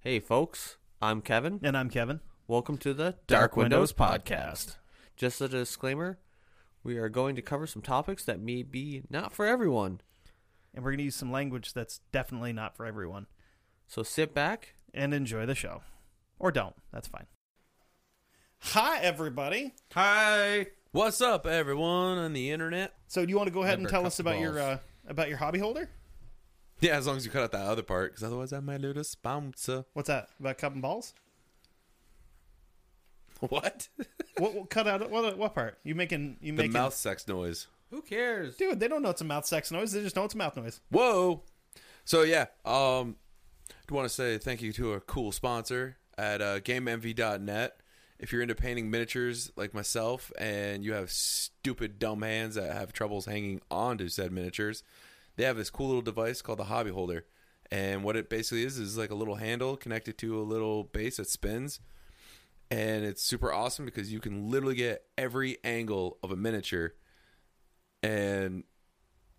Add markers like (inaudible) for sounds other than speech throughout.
Hey, folks, I'm Kevin. And I'm Kevin. Welcome to the Dark Windows Podcast. Just a disclaimer we are going to cover some topics that may be not for everyone. And we're going to use some language that's definitely not for everyone. So sit back. And enjoy the show. Or don't. That's fine. Hi, everybody. Hi. What's up, everyone on the internet? So, do you want to go ahead and Never tell cut us the about your balls. uh, about your hobby holder? Yeah, as long as you cut out that other part, because otherwise I might lose a sponsor. What's that about cup and balls? What? What, what cut out? What, what part? You making you the making? mouth sex noise. Who cares? Dude, they don't know it's a mouth sex noise. They just know it's a mouth noise. Whoa. So yeah, um, I want to say thank you to a cool sponsor at uh, GameMV.net. If you're into painting miniatures like myself, and you have stupid dumb hands that have troubles hanging onto said miniatures, they have this cool little device called the Hobby Holder. And what it basically is is like a little handle connected to a little base that spins. and it's super awesome because you can literally get every angle of a miniature and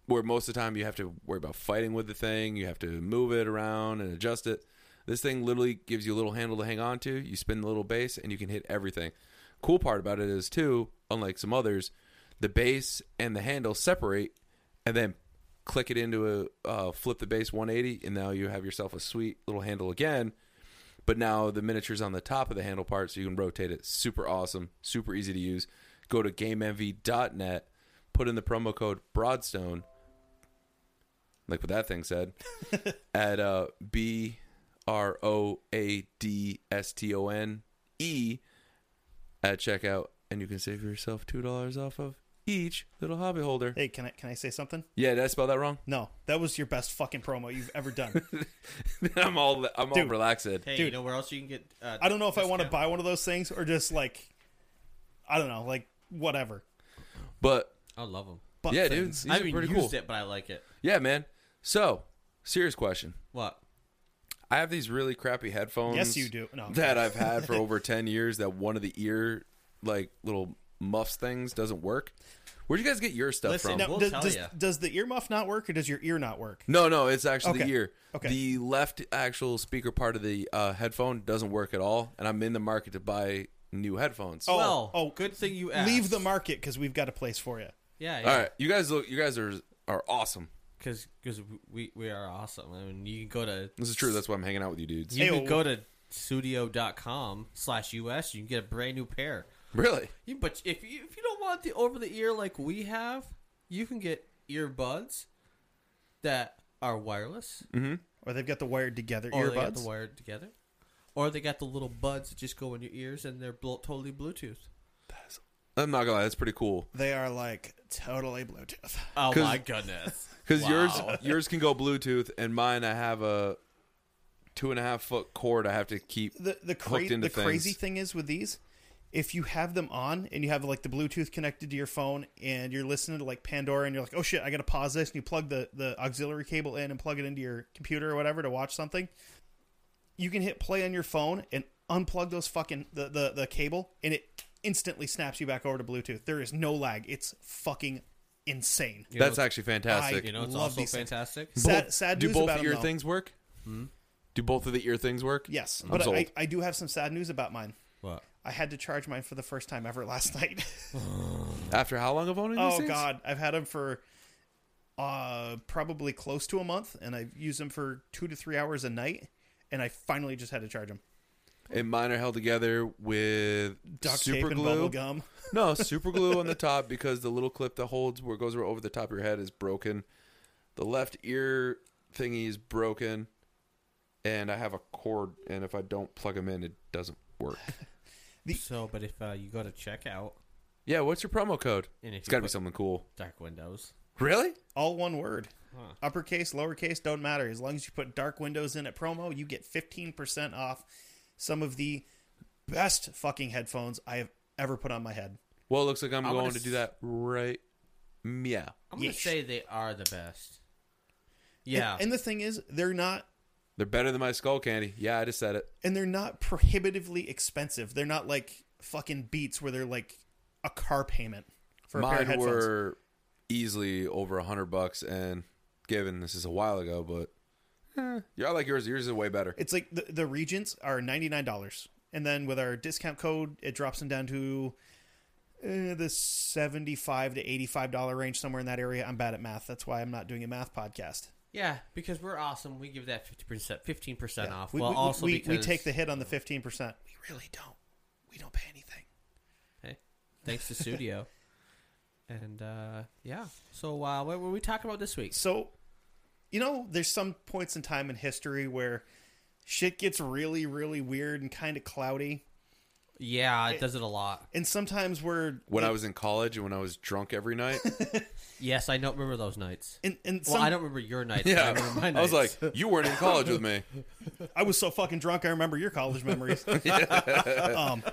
where most of the time you have to worry about fighting with the thing you have to move it around and adjust it this thing literally gives you a little handle to hang on to you spin the little base and you can hit everything cool part about it is too unlike some others the base and the handle separate and then click it into a uh, flip the base 180 and now you have yourself a sweet little handle again but now the miniature's on the top of the handle part, so you can rotate it. Super awesome, super easy to use. Go to GameMV.net, put in the promo code Broadstone, like what that (laughs) thing said, at uh, B R O A D S T O N E at checkout, and you can save yourself two dollars off of each little hobby holder. Hey, can I can I say something? Yeah, did I spell that wrong? (laughs) No, that was your best fucking promo you've ever done. I'm all I'm all Dude. relaxed. Hey, you Dude. know where else you can get. Uh, I don't know if I want to discount? buy one of those things or just like, I don't know, like whatever. But I love them. But yeah, dude, things. these I are haven't pretty used cool. it, but I like it. Yeah, man. So, serious question. What? I have these really crappy headphones. Yes, you do. No. That I've (laughs) had for over 10 years that one of the ear, like, little muffs things doesn't work. Where'd you guys get your stuff Listen, from? Now, We'll does, tell does, ya. does the earmuff not work or does your ear not work? No, no, it's actually Okay. the ear. Okay. The left actual speaker part of the uh, headphone doesn't work at all, and I'm in the market to buy new headphones. Oh, well, oh, good thing you asked. Leave the market because we've got a place for you. Yeah, All yeah. right, you guys look. You guys are are awesome. Because we, we are awesome. I mean, you can go to This is true. That's why I'm hanging out with you dudes. You Hey, can oh. go to studio.com slash US. You can get a brand new pair. Really? You, but if you, if you don't want the over the ear like we have, you can get earbuds that are wireless. Or they've got the wired together Or they got Mm-hmm. earbuds. the wired together. Or they got the little buds that just go in your ears and they're blo- totally Bluetooth. I'm not gonna lie. That's pretty cool. they are like totally Bluetooth. Oh 'Cause- my (laughs) goodness. Because Wow. (laughs) yours yours can go Bluetooth, and mine I have a two and a half foot cord. I have to keep The the, cra- hooked into the crazy things. thing is with these, if you have them on and you have like the Bluetooth connected to your phone and you're listening to like Pandora and you're like, oh shit, I gotta pause this and you plug the the auxiliary cable in and plug it into your computer or whatever to watch something, you can hit play on your phone and unplug those fucking the the, the cable and it instantly snaps you back over to Bluetooth. There is no lag. It's fucking insane. You That's know, actually fantastic. You know, it's love also these things. fantastic. Sad, sad Do news both about of them, your though. Hmm? things work? Do both of the ear things work? Yes, I'm but sold. I, I do have some sad news about mine. What? I had to charge mine for the first time ever (laughs) last night. After how long of owning these oh things? God, I've had them for uh probably close to a month, and I've used them for two to three hours a night, and I finally just had to charge them. And mine are held together with Duct tape super and glue. bubble gum. No, super glue on the top because the little clip that holds where it goes over the top of your head is broken. The left ear thingy is broken, and I have a cord. And if I don't plug them in, it doesn't (laughs) work. So, but if uh, you go to checkout Yeah, what's your promo code? and if It's you got to be put something cool. dark windows, Really? All one word. Uppercase, lowercase, don't matter. As long as you put dark windows in at promo, you get 15% off some of the best fucking headphones I have ever put on my head. Well, it looks like I'm I'm going gonna to do that right. Yeah. I'm gonna Yeesh. say they are the best. And- Yeah, And, the thing is, they're not They're better than my skull candy. Yeah, I just said it. and they're not prohibitively expensive. They're not like fucking beats where they're like a car payment for a pair of Mine headphones. were easily over a hundred bucks, and given this is a while ago, but eh, yeah, I like yours. Yours is way better. It's like the, the Regents are ninety nine dollars, and then with our discount code, it drops them down to uh, the seventy five to eighty five dollar range, somewhere in that area. I'm bad at math. That's why I'm not doing a math podcast. yeah, because we're awesome. We give that fifty percent, fifteen percent off. We, well, we, also we, because we take the hit on the fifteen percent. We really don't. We don't pay anything. Hey, thanks to (laughs) studio. and uh, yeah, so uh, what were we talking about this week? So, you know, there's some points in time in history where shit gets really, really weird and kind of cloudy, Yeah, it does it a lot. and sometimes we're When I was in college and when I was drunk (laughs) every night, Yes, I don't remember those nights. and, and Well, some- I don't remember your nights. but I yeah, remember my I was nights. like, you weren't in college (laughs) with me. I was so fucking drunk. I remember your college (laughs) memories. um,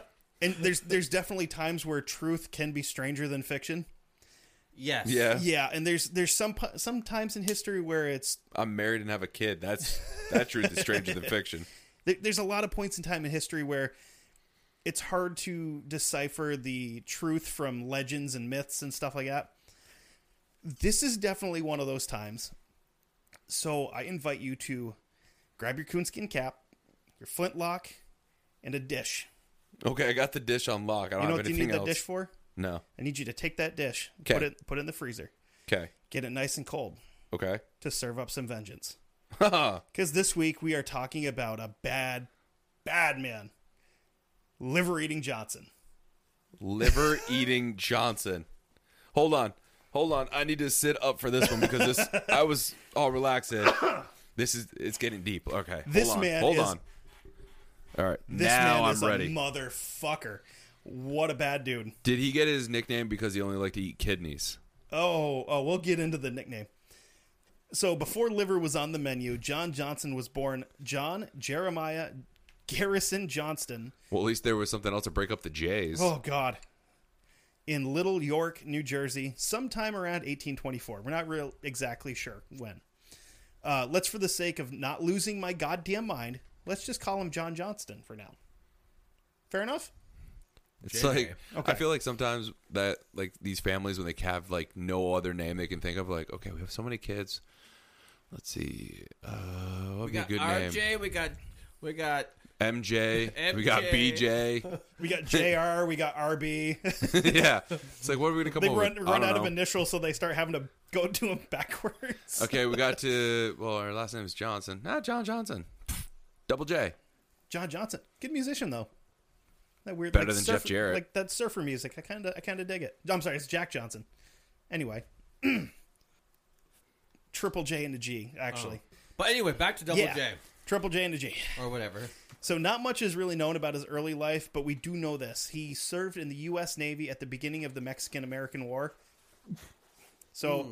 and there's there's definitely times where truth can be stranger than fiction. yes, Yeah, Yeah, and there's there's some pu- some times in history where it's I'm married and have a kid. That's that truth is stranger than (laughs) fiction. there, there's a lot of points in time in history where it's hard to decipher the truth from legends and myths and stuff like that. This is definitely one of those times. So I invite you to grab your coonskin cap, your flintlock, and a dish. Okay, I got the dish on lock. I don't You know have what you anything need that else. dish for? no. I need you to take that dish, 'Kay. put it put it in the freezer, Okay. get it nice and cold Okay. to serve up some vengeance. Because this week we are talking about a bad, bad man, liver eating Johnson. (laughs) Liver eating Johnson. Hold on. Hold on. I need to sit up for this one (laughs) because this I was all relaxed. This is it's getting deep. Okay. Hold This on. man Hold is- on. All right. This now man I'm is ready. a motherfucker. What a bad dude. Did he get his nickname because he only liked to eat kidneys? Oh, oh, we'll get into the nickname. So before liver was on the menu, John Johnson was born John Jeremiah Garrison Johnston. Well, at least there was something else to break up the J's. Oh God. In Little York, New Jersey, sometime around 1824. We're not real exactly sure when. Uh, let's, for the sake of not losing my goddamn mind, let's just call him John Johnston for now. Fair enough. It's JJ. like Okay. I feel like sometimes that like these families when they have like no other name they can think of, like okay, we have so many kids. Let's see, uh, what would we be a got good RJ, name? we got we got MJ. We got MJ. BJ. We got Jr. we got RB. (laughs) yeah, it's like what are we gonna (laughs) come they up run with? I run don't out of know. initials, so they start having to go to them (laughs) backwards. Okay, we got to well, our last name is Johnson. Ah, John Johnson. Double J. John Johnson, good musician though. That weird, Better like, than surf- Jeff Jarrett. Like that surfer music, I kind of, I kind of dig it. I'm sorry, it's Jack Johnson. Anyway, (clears throat) triple J and a G actually. But anyway, back to Double yeah, J triple J and a G. or whatever. So not much is really known about his early life, but we do know this: he served in the U.S. Navy at the beginning of the Mexican-American War. So,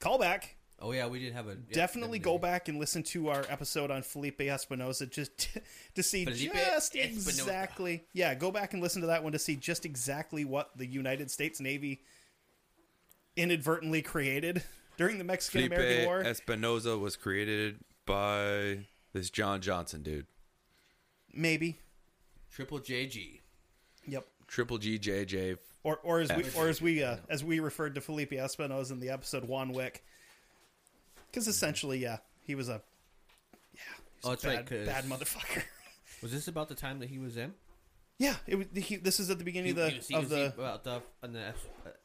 call back. Oh yeah, we did have a yeah, Definitely didn't go we? back and listen to our episode on Felipe Espinosa just (laughs) to, to see Felipe just Espinosa. exactly. Yeah, go back and listen to that one to see just exactly what the United States Navy inadvertently created (laughs) during the Mexican Felipe American War. Espinoza was created by this John Johnson dude. Maybe. Triple JG. Yep. Triple G J J. Or or as we or as we uh, as we referred to Felipe Espinosa in the episode Juan Wick. Cuz essentially, yeah, he was a Oh, that's right. bad, 'cause- bad motherfucker. (laughs) Was this about the time that he was in? yeah, it was, he, this is at the beginning He- of he the was- he of was- the he- about the on the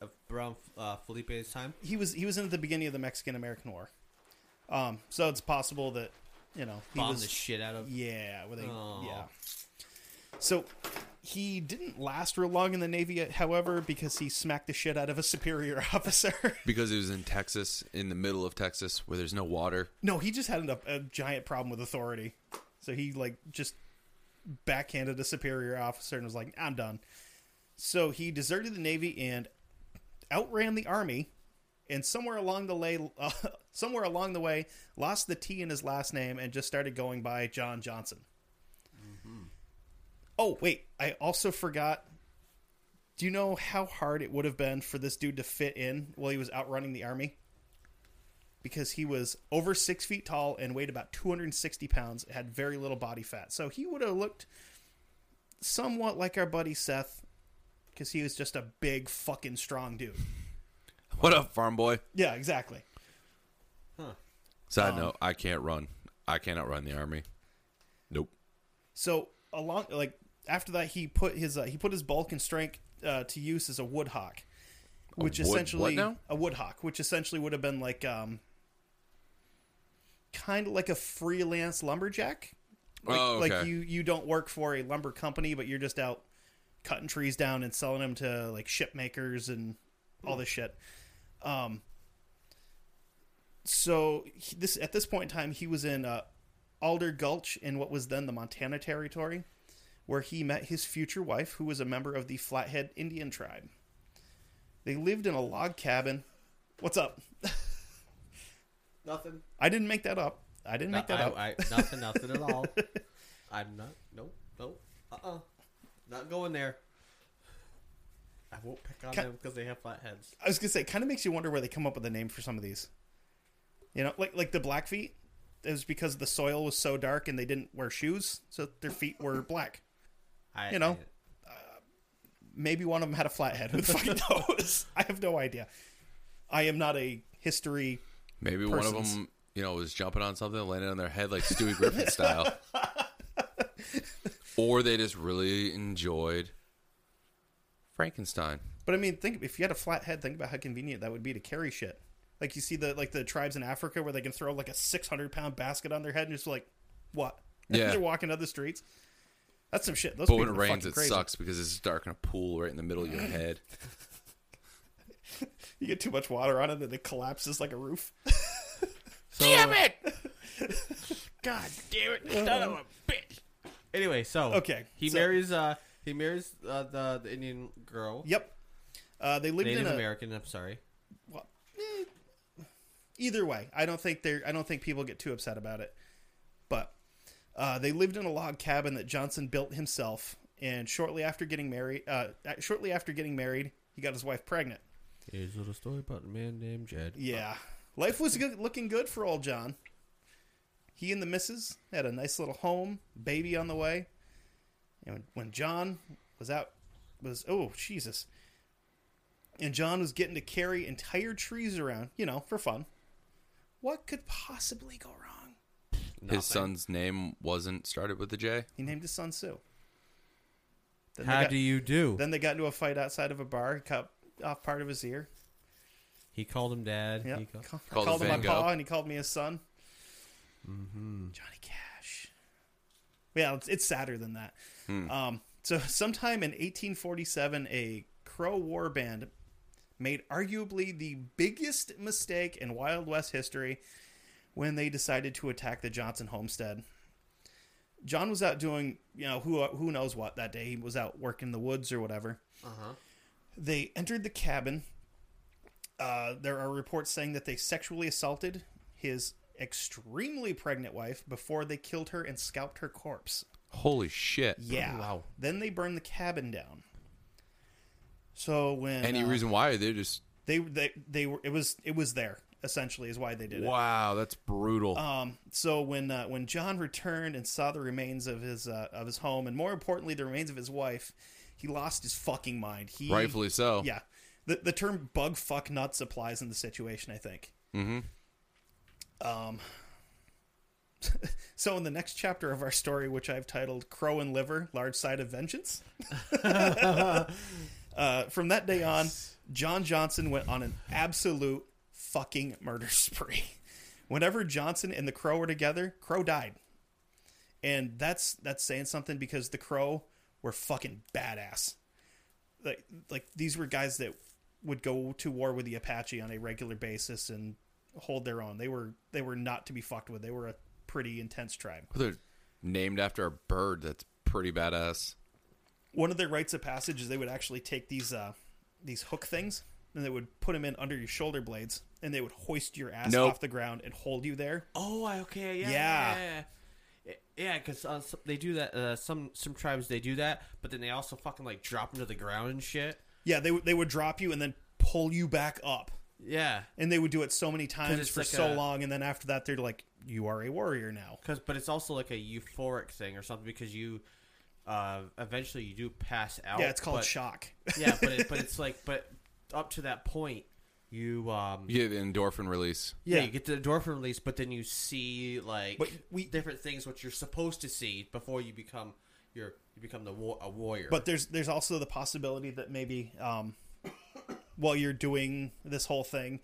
uh, around uh, Felipe's time. he was he was in at the beginning of the Mexican American War. Um, so it's possible that you know he Bombed was the shit out of. yeah, where they Oh. yeah. So he didn't last real long in the Navy, however, because he smacked the shit out of a superior (laughs) officer. Because it was in Texas, in the middle of Texas, where there's no water. no, he just had a, a giant problem with authority, so he like just backhanded a superior officer and was like, "I'm done." So he deserted the Navy and outran the army and somewhere along the way, (laughs) uh, somewhere along the way, lost the T in his last name and just started going by John Johnson. Oh wait, I also forgot. Do you know how hard it would have been for this dude to fit in while he was outrunning the army? Because he was over six feet tall and weighed about 260 pounds, had very little body fat. So he would have looked somewhat like our buddy Seth because he was just a big, fucking strong dude. What up, farm boy? Yeah, exactly. Um, Side note: I can't run. I cannot run the army. Nope. So along like after that he put his uh, he put his bulk and strength uh, to use as a woodhawk, which wood- what essentially now? a woodhawk, which essentially would have been like um kind of like a freelance lumberjack. Like, oh, okay. like you you don't work for a lumber company, but you're just out cutting trees down and selling them to like ship makers and all this shit. Um, so he, this at this point in time, he was in uh, Alder Gulch in what was then the Montana Territory, where he met his future wife, who was a member of the Flathead Indian tribe. They lived in a log cabin. What's up? Nothing. I didn't make that up. I didn't make that I, up. I, nothing, nothing at (laughs) all. I'm not. Nope, nope. Uh uh Not going there. I won't pick on Ca- them because they have flat heads. I was gonna say, it kind of makes you wonder where they come up with the name for some of these. You know, like like the Blackfeet, it was because the soil was so dark and they didn't wear shoes, so their feet were black. I, You know. I- Maybe one of them had a flathead. Who the (laughs) fuck knows? I have no idea. I am not a history. Maybe one of persons. them, you know, was jumping on something, landed on their head like Stewie Griffin (laughs) style, or they just really enjoyed Frankenstein. But I mean, think if you had a flat head, think about how convenient that would be to carry shit. Like you see the like the tribes in Africa where they can throw like a six hundred pound basket on their head and just like what? (laughs) Yeah. they're walking down the streets. That's some shit. Those But when it people are rains, fucking it crazy. Mm. sucks because it's dark in a pool right in the middle of (sniffs) your head. You get too much water on it, and it collapses like a roof. So, uh, it! (laughs) God Damn it! Son of a bitch! Uh-huh. Anyway, so Okay, he so- marries uh he marries uh, the the Indian girl, Yep. Uh, they lived Native in a, American. I'm sorry. well, eh, either way, I don't think they are I don't think people get too upset about it. But uh, they lived in a log cabin that Johnson built himself, and shortly after getting married, uh, shortly after getting married, he got his wife pregnant. Here's a little story about a man named Jed. Yeah, life was good, looking good for old John. He and the missus had a nice little home, baby on the way. And when- when John was out, was oh Jesus, and John was getting to carry entire trees around, you know, for fun. What could possibly go wrong? Nothing. His son's name wasn't started with a J. He named his son Sue. Then How they got, do you do? Then they got into a fight outside of a bar. He cut off part of his ear. He called him dad. Yeah, He called, Ca- Called called him him my Van Gogh. pa, and he called me his son. Johnny Cash. Yeah, it's, it's sadder than that. Hmm. Um, so, sometime in 1847, a Crow war band made arguably the biggest mistake in Wild West history when they decided to attack the Johnson homestead. John was out doing, you know, who who knows what that day. He was out working the woods or whatever. They entered the cabin. Uh, there are reports saying that they sexually assaulted his extremely pregnant wife before they killed her and scalped her corpse. Holy shit! Yeah. Wow. Then they burned the cabin down. So when Any uh, reason why? They're just they they they were it was it was there essentially is why they did it. wow. That's brutal. Um, so when uh, when John returned and saw the remains of his uh, of his home, and more importantly, the remains of his wife, he lost his fucking mind. He Rightfully so. yeah. The the term bug fuck nuts applies in the situation, I think. Mm-hmm. Um. (laughs) so in the next chapter of our story, which I've titled "Crow and Liver: Large Side of Vengeance," uh, from that day on, John Johnson went on an absolute fucking murder (laughs) spree. Whenever Johnson and the Crow were together, Crow died, and that's that's saying something because the Crow were fucking badass like like these were guys that would go to war with the Apache on a regular basis and hold their own. They were they were not to be fucked with. They were a pretty intense tribe. Well, They're named after a bird. That's pretty badass. One of their rites of passage is they would actually take these uh these hook things and they would put them in under your shoulder blades, and they would hoist your ass Nope. off the ground and hold you there. Oh, I- okay, yeah, Yeah. yeah, yeah, yeah. yeah. Because uh, some- they do that. Uh, some some tribes they do that, but then they also fucking like drop into the ground and shit. Yeah, they would- they would drop you and then pull you back up, Yeah, and they would do it so many times it's for like so a- long, and then after that they're like, "You are a warrior now." because but it's also like a euphoric thing or something because you. Uh, eventually, you do pass out. yeah, it's called Oh, but- shock. (laughs) yeah, but it, but it's like but up to that point, you um You get an endorphin release. yeah, Yeah. you get the endorphin release, but then you see like But we- different things what you're supposed to see before you become your you become the war, a warrior. But there's there's also the possibility that maybe um, while you're doing this whole thing,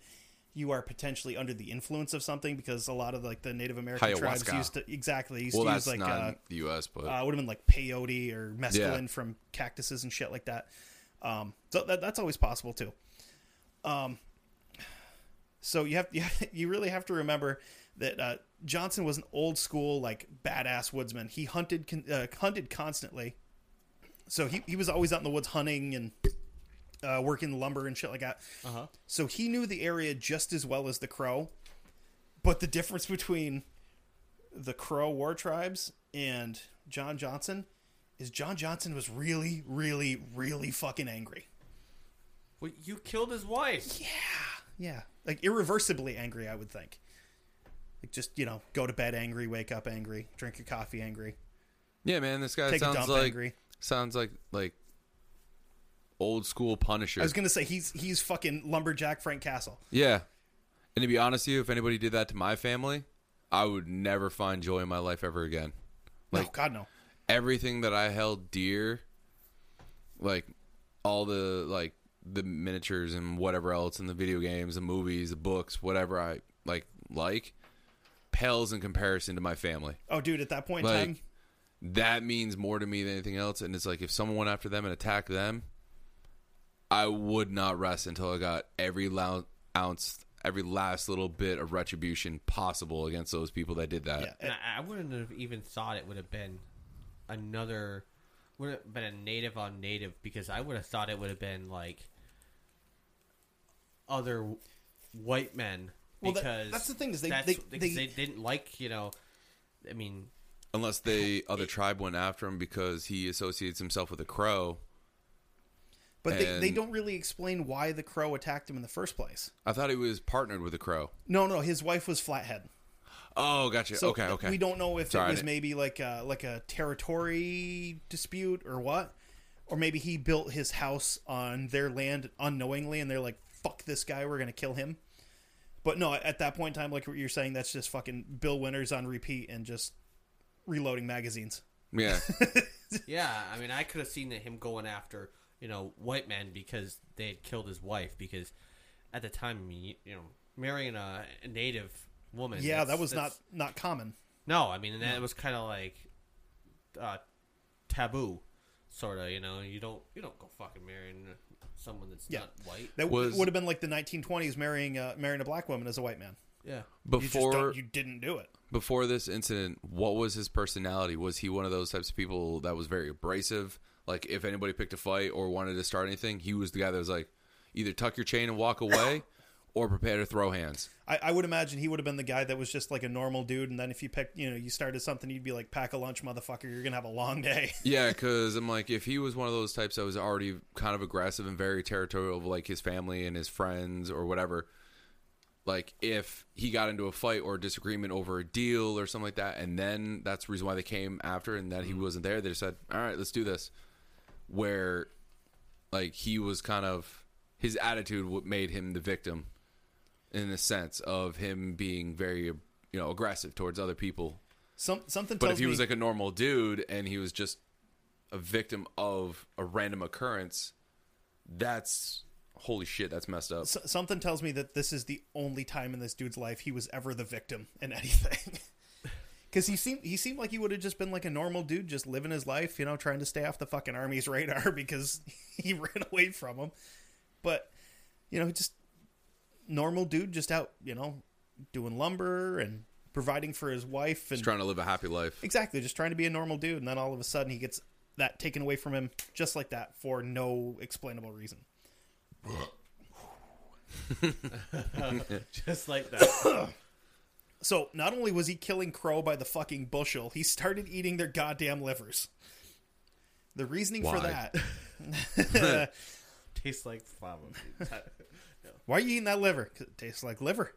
you are potentially under the influence of something because a lot of like the Native American tribes Ayahuasca. used to exactly used Well, to use that's like not uh, in the U.S., but uh, would have been like peyote or mescaline Yeah. from cactuses and shit like that. Um, so that, that's always possible too. Um, so you have, (laughs) you have you really have to remember that uh, Johnson was an old school like badass woodsman. He hunted con- uh, hunted constantly, so he he was always out in the woods hunting and uh, working lumber and shit like that. uh-huh. So he knew the area just as well as the Crow. But the difference between the Crow war tribes and John Johnson is John Johnson was really, really, really fucking angry. Well, you killed his wife. Yeah. Like irreversibly angry, I would think. Like just, you know, go to bed angry, wake up angry, drink your coffee angry. yeah, man, this guy Take a sounds dump like angry. sounds like like old school Punisher. I was gonna say he's he's fucking lumberjack Frank Castle. yeah, and to be honest with you, if anybody did that to my family, I would never find joy in my life ever again. No, Like- God no. everything that I held dear, like all the like the miniatures and whatever else and the video games, the movies, the books, whatever I like like pales in comparison to my family. Oh dude, at that point in Like- time That means more to me than anything else and it's like if someone went after them and attacked them, I would not rest until I got every lou- ounce every last little bit of retribution possible against those people that did that. yeah, And I, I wouldn't have even thought it would have been another would have been a native on native because I would have thought it would have been like other white men Well, that- because that's the thing is they- that's- they- because they they- didn't like you know I mean Unless the other tribe went after him because he associates himself with a crow. but they, they and- don't really explain why the crow attacked him in the first place. I thought he was partnered with a crow. No, no, his wife was flathead. Oh, gotcha. So okay, okay. We don't know if Sorry, it I was didn't- maybe like a, like a territory dispute or what, or maybe he built his house on their land unknowingly, and they're like, "Fuck this guy, we're gonna kill him." But no, at that point in time, like what you're saying, that's just fucking Bill Winters on repeat and just reloading magazines. (laughs) Yeah, Yeah, I mean, I could have seen that him going after you know white men because they had killed his wife because at the time I mean, you, you know marrying a, a native woman. yeah, that that's- was not that's- not common. no. I mean, and that was kind of like uh, taboo, sort of. You know, you don't you don't go fucking marrying someone that's Yeah. not white. That Was- would have been like the 1920s marrying uh, marrying a black woman as a white man. Yeah, You just don't- before you didn't do it. before this incident, what was his personality? Was he one of those types of people that was very abrasive? Like if anybody picked a fight or wanted to start anything, he was the guy that was like, either tuck your chain and (laughs) walk away, or prepare to throw hands. I, I would imagine he would have been the guy that was just like a normal dude, and then if you picked, you know, you started something, you'd be like, "Pack a lunch, motherfucker! You're gonna have a long day." (laughs) Yeah, because I'm like, if he was one of those types that was already kind of aggressive and very territorial of like his family and his friends or whatever, like if he got into a fight or a disagreement over a deal or something like that, and then that's the reason why they came after and that he wasn't there, they just said, all right, let's do this. Where like he was kind of his attitude what made him the victim in the sense of him being very you know aggressive towards other people Some something. but tells if he me, was like a normal dude and he was just a victim of a random occurrence, that's holy shit, that's messed up. so- something tells me that this is the only time in this dude's life he was ever the victim in (laughs) anything. Because he seemed he seemed like he would have just been like a normal dude, just living his life, you know, trying to stay off the fucking army's (laughs) radar because he ran away from him. But you know, just normal dude, just out, you know, doing lumber and providing for his wife and He's trying to live a happy life. Exactly, just trying to be a normal dude, and then all of a sudden he gets that taken away from him just like that for no explainable reason. (laughs) just like that. (laughs) So not only was he killing Crow by the fucking bushel, he started eating their goddamn livers. The reasoning for Why? that. (laughs) Tastes like flava. (laughs) Why are you eating that liver? 'Cause it tastes like liver.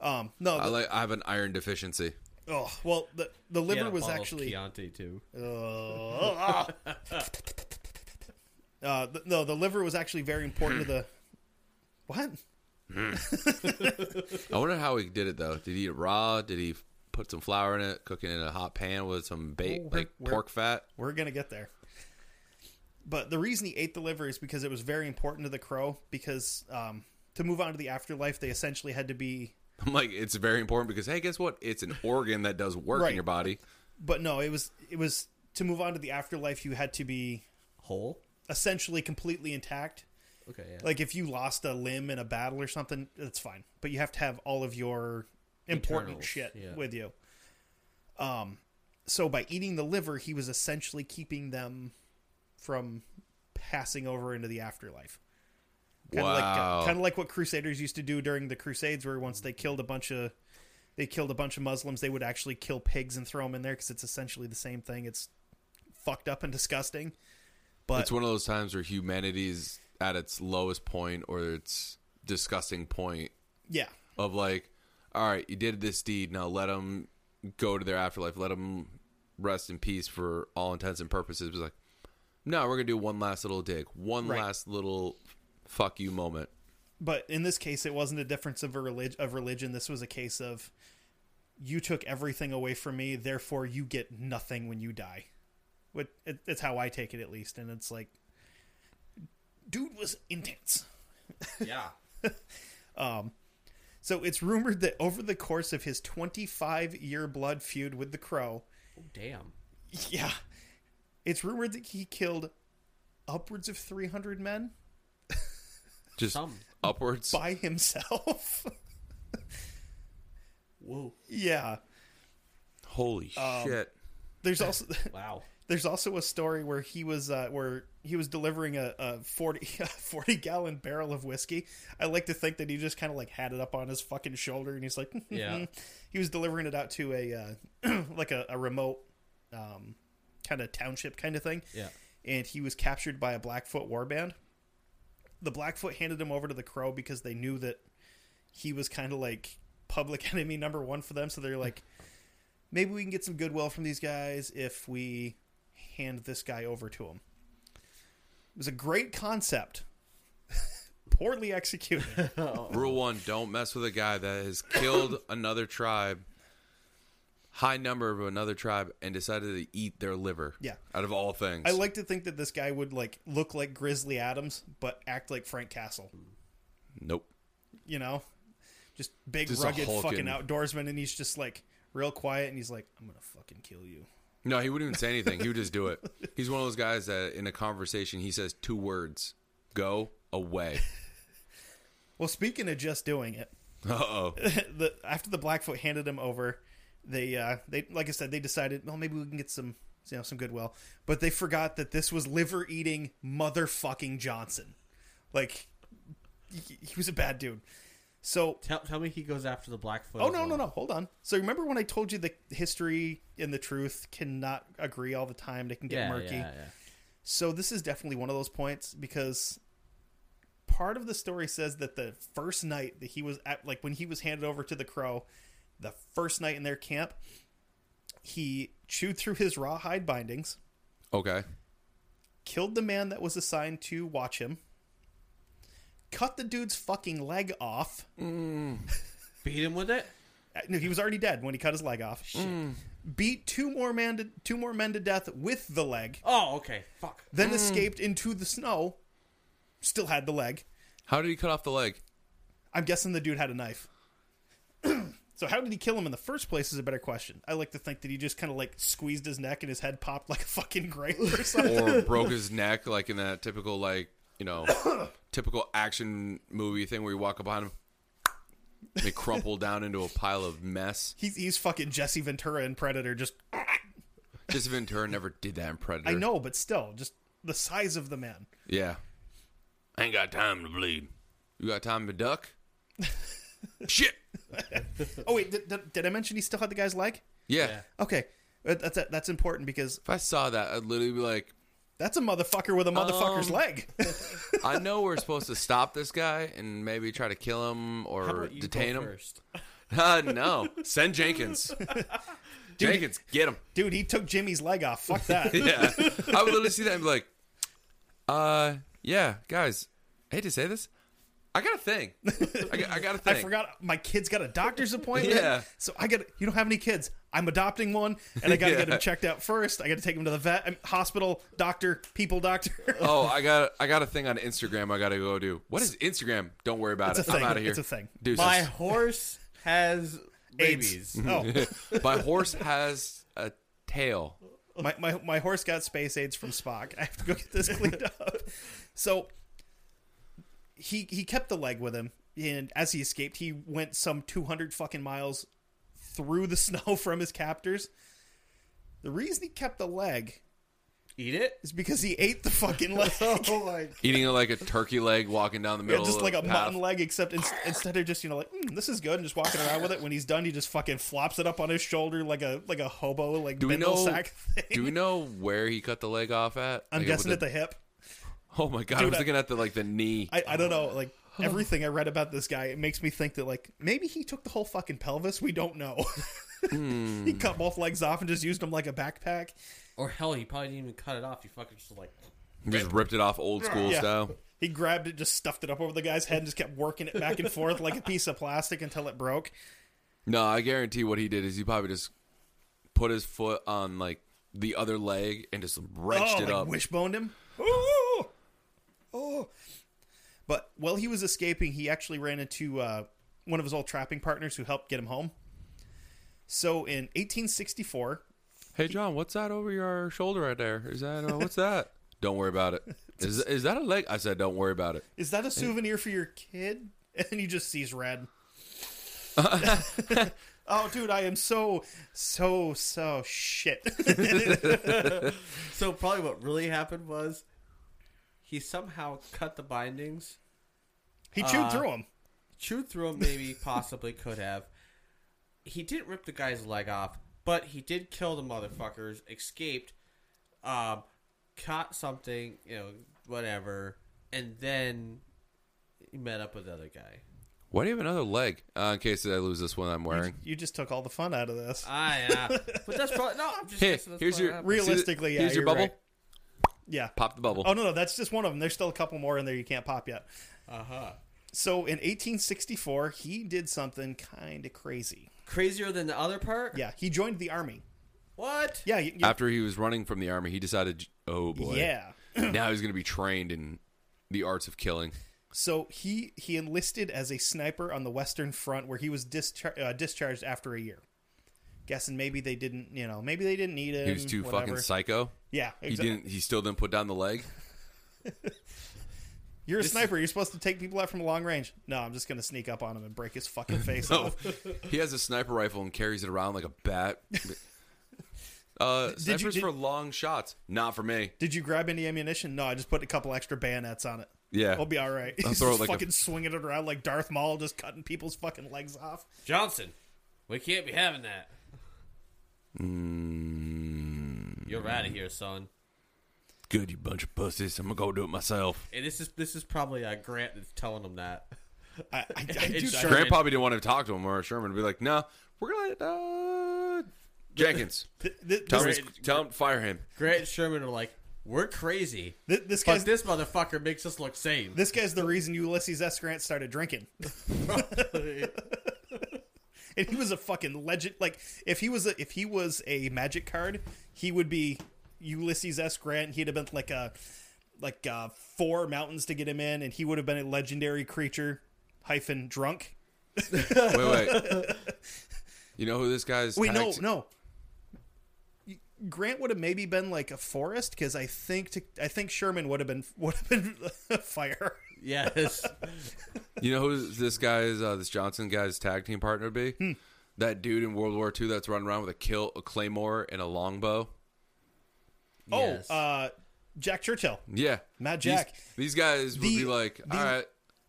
Um, no, I the, like I have an iron deficiency. oh well, the the He had liver a was bottle of actually Chianti too. Uh, uh, th- no, the liver was actually very important to (clears throat) the. What? I wonder how he did it though. Did he eat it raw? Did he put some flour in it, cook it in a hot pan with some bait Oh, we're- like we're- pork fat? (laughs) We're gonna get there. But the reason he ate the liver is because it was very important to the crow. Because um, to move on to the afterlife, they essentially had to be. I'm like, it's very important because hey, guess what? It's an organ that does work Right. in your body. But no, it was it was to move on to the afterlife. You had to be Whole. essentially completely intact. Okay. (laughs) Yeah. Like if you lost a limb in a battle or something, that's fine. But you have to have all of your important Internals, shit yeah. with you. Um so by eating the liver, he was essentially keeping them from passing over into the afterlife. Kind of Wow. like kind of like what crusaders used to do during the crusades where once they killed a bunch of they killed a bunch of Muslims, they would actually kill pigs and throw them in there cuz it's essentially the same thing. It's fucked up and (laughs) disgusting. But It's one of those times where humanity's at its lowest point or its disgusting point yeah. of like, all right, you did this deed. Now let them go to their afterlife. Let them rest in peace for all intents and purposes. It was like, no, we're gonna do one last little dig, one Right. last little fuck you moment. but in this case it wasn't a difference of a relig- of religion this was a case of you took everything away from me therefore you get nothing when you die What it, it's how i take it at least and it's like dude was intense yeah. so it's rumored that over the course of his 25 year blood feud with the crow Oh, damn. yeah it's rumored that he killed upwards of 300 men Just Some. upwards. by himself (laughs) Whoa. yeah Holy um, shit! there's also (laughs) Wow. There's also a story where he was uh, where he was delivering a, a 40, (laughs) a 40 gallon barrel of whiskey. I like to think that he just kind of like had it up on his fucking shoulder and he's like, (laughs) Yeah. he was delivering it out to a uh, (clears throat) like a, a remote um, kind of township kind of thing. Yeah. And he was captured by a Blackfoot warband. The Blackfoot handed him over to the Crow because they knew that he was kind of like public (laughs) enemy number one for them. So they're like, maybe we can get some goodwill from these guys if we hand this guy over to him. It was a great concept, (laughs) poorly executed. Rule one: Don't mess with a guy that has killed (laughs) another tribe, high number of another tribe, and decided to eat their liver. Yeah. out of all things, I like to think that this guy would like look like Grizzly Adams, but act like Frank Castle. nope. you know, just big Just a rugged fucking hulking- outdoorsman, and he's just like real quiet, and he's like, "I'm gonna fucking kill you." No, he wouldn't even say anything. He would just do it. He's one of those guys that in a conversation he says two words: "Go away." Well, speaking of just doing it, (laughs) Uh oh. the after the Blackfoot handed him over, they uh, they like I said, they decided, well, maybe we can get some you know some goodwill, but they forgot that this was liver eating motherfucking Johnson, like he, he was a bad dude. So Tell, tell me he goes after the Blackfoot. Oh as no, well. no, no! Hold on. So remember when I told you the history and the truth cannot agree all the time; they can get Yeah, murky. yeah, yeah. So this is definitely one of those points because part of the story says that the first night that he was at like when he was handed over to the crow, the first night in their camp, he chewed through his rawhide bindings, Okay. killed the man that was assigned to watch him, cut the dude's fucking leg off. Beat him with it. Uh, No, he was already dead when he cut his leg off. Beat two more man to, two more men to death with the leg, Oh, okay. Fuck. then escaped into the snow, still had the leg. How did he cut off the leg? I'm guessing the dude had a knife. (clears throat) so how did he kill him in the first place is a better question. I like to think that he just kind of like squeezed his neck and his head popped like a fucking grape or something. Or broke his neck, like in that typical, like you know, typical action movie thing where you walk up on him, they crumple down into a pile of mess. he's he's fucking Jesse Ventura in Predator. Just Jesse Ventura never did that in Predator. I know, but still, just the size of the man. Yeah. I ain't got time to bleed. You got time to duck? Shit. Oh wait, did, did, did I mention he still had the guy's leg? Yeah. Yeah. Okay, Uh, that's that's important because If I saw that, I'd literally be like, that's a motherfucker with a motherfucker's Um, leg. I know we're supposed to stop this guy and maybe try to kill him How or about you detain go him. first? (laughs) Uh, no. (laughs) Send Jenkins. Jenkins, get him. Dude, he took Jimmy's leg off. Fuck that. Yeah. (laughs) I would literally see that and be like, uh, yeah, guys, I hate to say this. I got a thing. I got, I got a (laughs) I thing. forgot my kid's got a (laughs) doctor's appointment. Yeah. So I got you don't have any kids. I'm adopting one and I got to get (laughs) Yeah. him checked out first. I got to take him to the vet, um, hospital, doctor, people doctor. (laughs) Oh, I got I got a thing on Instagram I got to go do. What is Instagram? Don't worry about It's a it. I'm thing. out of here. It's a thing. Deuces. My horse (laughs) has (laughs) AIDS. babies. Oh, (laughs) My horse has a tail. my, my, my horse got space aids from Spock. (laughs) I have to go get this cleaned up. So he he kept the leg with him, and as he escaped, he went some two hundred fucking miles through the (laughs) snow from his captors. The reason he kept the leg Eat it. (laughs) is because he ate the (laughs) fucking leg. Oh my! Eating it like a turkey leg, walking down the Yeah, middle. just of like the a path. mutton leg, except ins- instead of just you know like mm, this is good and just walking around with it. When he's done, he just fucking flops it up on his shoulder like a like a hobo like Do we bindle know? sack (laughs) thing. Do we know where he cut the leg off at? I'm Like, guessing with at the hip. the- Oh my god! I Dude, was I- looking at the like the knee. I, I don't know. (sighs) Like everything I read about this guy, it makes me think that like maybe he took the whole fucking pelvis. We don't know. (laughs) Hmm. he cut both legs off and just used them like a backpack. Or hell, he probably didn't even cut it off. He fucking just like just ripped it off old school Yeah. style. He grabbed it, just stuffed it up over the guy's head, and just kept working it back and forth like a piece of plastic until it broke. No, I guarantee what he did is he probably just put his foot on like the other leg and just wrenched oh, it like up. wishboned him. Oh, oh. But while he was escaping, he actually ran into uh, one of his old trapping partners who helped get him home. So in 1864, Hey John, what's that over your shoulder right there? Is that uh, what's that? (laughs) don't worry about it. Is is that a leg? I said, don't worry about it. is that a souvenir for your kid? (laughs) And he just sees (laughs) red. (laughs) oh, dude, I am so, so, so shit. (laughs) So probably what really happened was he somehow cut the bindings, (laughs) he Uh, chewed through him. chewed through them, (laughs) maybe possibly could have. He didn't rip the guy's leg off, but he did kill the motherfuckers. Escaped, um, caught something, you know, whatever, and then he met up with the other guy. Why do you have another leg? Uh, in case I lose this one I'm wearing. You just took all the fun out of this. uh, Ah, (laughs) yeah, but that's probably no. I'm just Hey, guessing that's here's probably your what happened. Realistically, see yeah, the- Here's your you're bubble. right. Yeah. Pop the bubble. Oh no, no, that's just one of them. There's still a couple more in there you can't pop yet. uh-huh. So in 1864, he did something kind of crazy. crazier than the other part. Yeah, he joined the army. What? Yeah, you, you- After he was running from the army, he decided, oh boy, yeah. (clears throat) now he's going to be trained in the arts of killing. So he he enlisted as a sniper on the Western Front, where he was dischar- uh, discharged after a year. Guessing maybe they didn't, you know, maybe they didn't need him. He was too whatever. fucking psycho. Yeah, He exactly. didn't. He still didn't put down the leg. You're a sniper. You're supposed to take people out from long range. No, I'm just gonna sneak up on him and break his (laughs) fucking face No, off. he has a sniper rifle and carries it around like a bat. (laughs) Uh, snipers did- for long shots, not for me. Did you grab any ammunition? No, I just put a couple extra bayonets on it. Yeah, I'll be all right. (laughs) I'll He's throw it just like a- fucking swinging it around like Darth Maul, just cutting people's fucking legs off. Johnson, we can't be having that. Mm. You're out of here, son. good, you bunch of pussies. I'm gonna go do it myself. And this is this is probably uh, Grant that's telling him that. I, I, I It's dude, I- Sherman. Grant probably didn't want to talk to him or Sherman would be like, "No, we're gonna let, uh, Jenkins th- th- tell (laughs) him, this, he's- tell him fire him." Grant and Sherman are like, we're (laughs) crazy, th- this but guy's this motherfucker makes us look sane. (laughs) this guy's the reason Ulysses S. Grant started drinking, (laughs) and he was a fucking legend. Like if he was a, if he was a magic card, he would be Ulysses S. Grant. He'd have been like a like uh, four mountains to get him in, and he would have been a legendary creature hyphen drunk. Wait, wait. (laughs) You know who this guy's? Wait, no, tags- no. Grant would have maybe been like a forest because I think to, I think Sherman would have been (laughs) would have been fire. yes, You know who this guy's uh, this Johnson guy's tag team partner would be? Hmm. That dude in World War II that's running around with a kill, a claymore, and a longbow. Yes. Oh, uh, Jack Churchill, Yeah, Mad These- Jack. These, guys would The- be like, the- all right,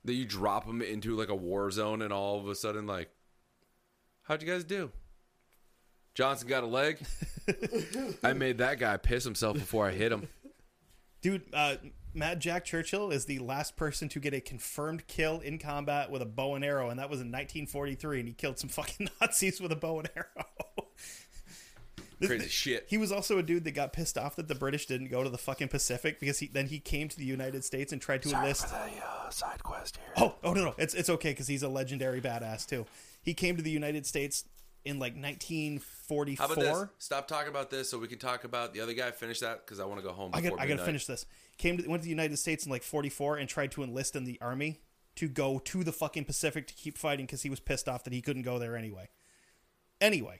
that you drop them into like a war zone and all of a sudden like how'd you guys do johnson got a leg (laughs) i made that guy piss himself before i hit him Dude, uh, Matt Jack Churchill is the last person to get a confirmed kill in combat with a bow and arrow, and that was in 1943, and he killed some fucking (laughs) Nazis with a bow and arrow. (laughs) This- (laughs) Crazy shit. He was also a dude that got pissed off that the British didn't go to the fucking Pacific because he then he came to the United States and tried to enlist. uh, side quest here Oh, oh no, no, it's it's okay because he's a legendary badass too. He came to the United States in like 1944. how about this stop talking about this so we can talk about the other guy finish that because i want to go home I got before I got to midnight. finish this. Came to went to the United States in like 44 and tried to enlist in the army to go to the fucking Pacific to keep fighting cuz he was pissed off that he couldn't go there anyway. Anyway.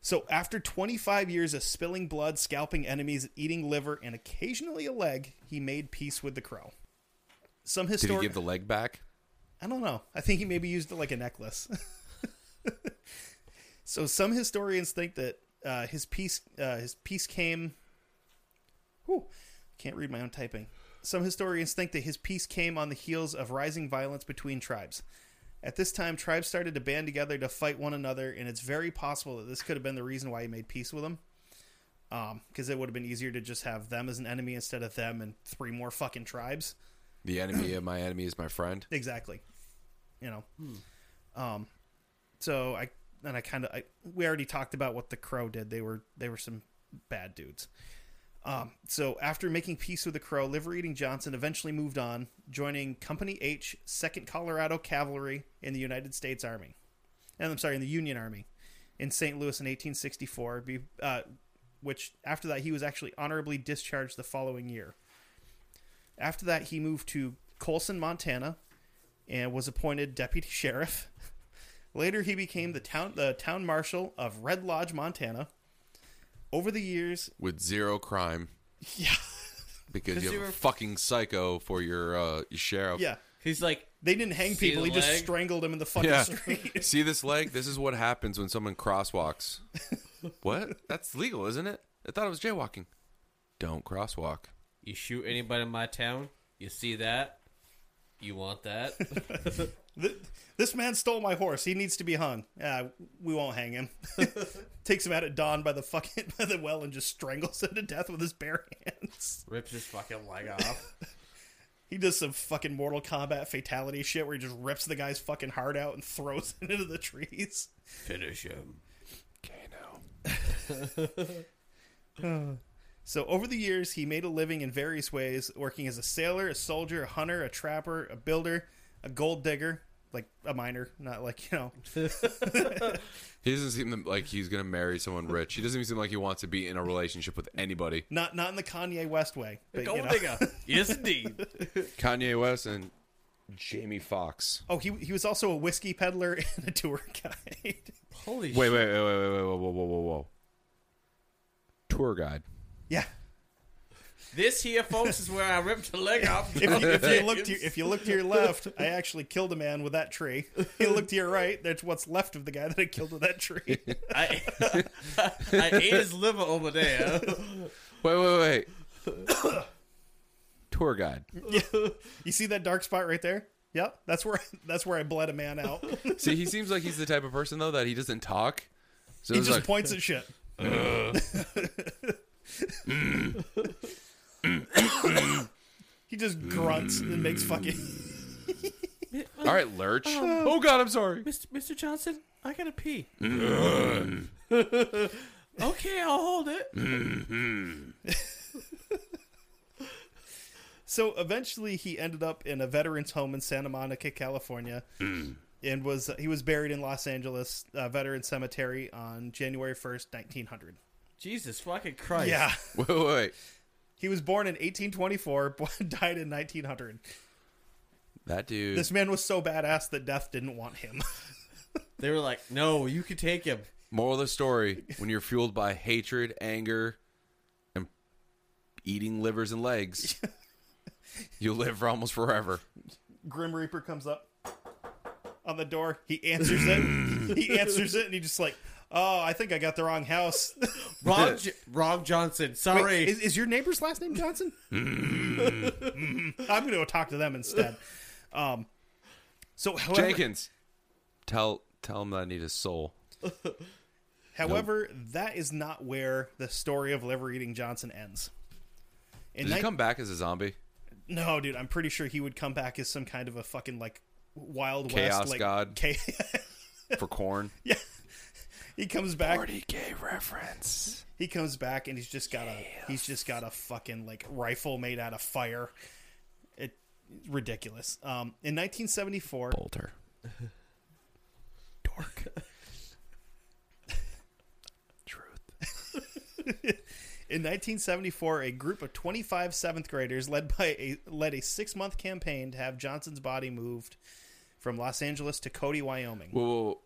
So after 25 years of spilling blood, scalping enemies, eating liver and occasionally a leg, he made peace with the crow. Some did he historian give the leg back I don't know. I think he maybe used it like a necklace. (laughs) so some historians think that uh, his piece uh, his piece came. Whew, can't read my own typing. Some historians think that his peace came on the heels of rising violence between tribes. At this time, tribes started to band together to fight one another, and it's very possible that this could have been the reason why he made peace with them. Because it would have been easier to just have them as an enemy instead of them and three more fucking tribes. the enemy of my enemy is my friend Exactly. You know. Um so I and I kind of I we already talked about what the crow did. They were they were some bad dudes. Um so after making peace with the crow, liver eating Johnson eventually moved on, joining Company H, 2nd Colorado Cavalry in the United States Army. And I'm sorry, in the Union Army in St. Louis in 1864, be, uh, which after that he was actually honorably discharged the following year. After that, he moved to Colson, Montana, and was appointed deputy sheriff. Later, he became the town the town marshal of Red Lodge, Montana. Over the years, with zero crime yeah, (laughs) because Does you he have a ref- fucking psycho for your uh your sheriff yeah, He's like, they didn't hang See people; the he just leg? strangled them in the fucking Yeah. street. See this leg? This is what happens when someone crosswalks. what? That's legal, isn't it? I thought it was jaywalking. Don't crosswalk. you shoot anybody in my town, you see that, you want (laughs) that. (laughs) Th- this man stole my horse; he needs to be hung. Uh, we won't hang him. (laughs) Takes him out at dawn by the fucking (laughs) by the well and just strangles him to death with his bare hands. Rips his fucking leg (laughs) off. He does some fucking Mortal Kombat fatality shit where he just rips the guy's fucking heart out and throws (laughs) it into the trees. Finish him. Kano. So over the years, he made a living in various ways, working as a sailor, a soldier, a hunter, a trapper, a builder, a gold digger, like a miner, not like you know. He doesn't seem like he's gonna marry someone rich. He doesn't even seem like he wants to be in a relationship with anybody. Not not in the Kanye West way. But, you know. (laughs) yes, indeed. Kanye West and Jamie Foxx. Oh, he he was also a whiskey peddler (laughs) and a tour guide. (laughs) Holy Wait, shit. wait, wait, wait, wait, wait, whoa, whoa, whoa, whoa, whoa. Tour guide. yeah. This here, folks, is where I ripped the leg off. (laughs) If you, if you look to your, if you look to your left, I actually killed a man with that tree. If you look to your right, that's what's left of the guy that I killed with that tree. I, I ate his liver over there. (laughs) Wait, wait, wait. (coughs) Tour guide. You see that dark spot right there? Yep, that's where (laughs) that's where I bled a man out. He See, he seems like he's the type of person though that he doesn't talk. So it's just like, points at shit. he just grunts and makes fucking. (laughs) all right, Lurch. Um, oh God, I'm sorry. Mr. Mr. Johnson, I gotta pee. (laughs) okay, I'll hold it. So eventually, he ended up in a veterans home in Santa Monica, California, and was he was buried in Los Angeles uh, Veteran Cemetery on January first, nineteen hundred. Jesus fucking Christ. Yeah, Wait, wait, wait. he was born in eighteen twenty four, (laughs) died in nineteen hundred. That dude. This man was so badass that death didn't want him. (laughs) They were like, no, you can take him. Moral of the story: When you're fueled by hatred, anger, and eating livers (laughs) and legs, you live for almost forever. Grim Reaper comes up on the door. He answers (clears throat) it. he answers it, and he just like, oh, I think I got the wrong (laughs) house. Wrong, J- wrong Johnson. Sorry. (laughs) Mm-hmm. is, is your neighbor's last name Johnson? I'm going to go talk to them instead. Um, so, however, Jenkins, tell tell him that I need his soul. however, that is not where the story of Liver Eating Johnson ends. In Did he nine- come back as a zombie? No, dude, I'm pretty sure he would come back as some kind of a fucking like wild Chaos west like god. Cha- (laughs) For corn. he comes back. 40k reference. He comes back and he's just got a he's just got a fucking like rifle made out of fire. It ridiculous. Um, in 1974, Boulder. Dork. Truth. in 1974, a group of 25 seventh graders led by a led a six month campaign to have Johnson's body moved from Los Angeles to Cody, Wyoming. Whoa, whoa, whoa.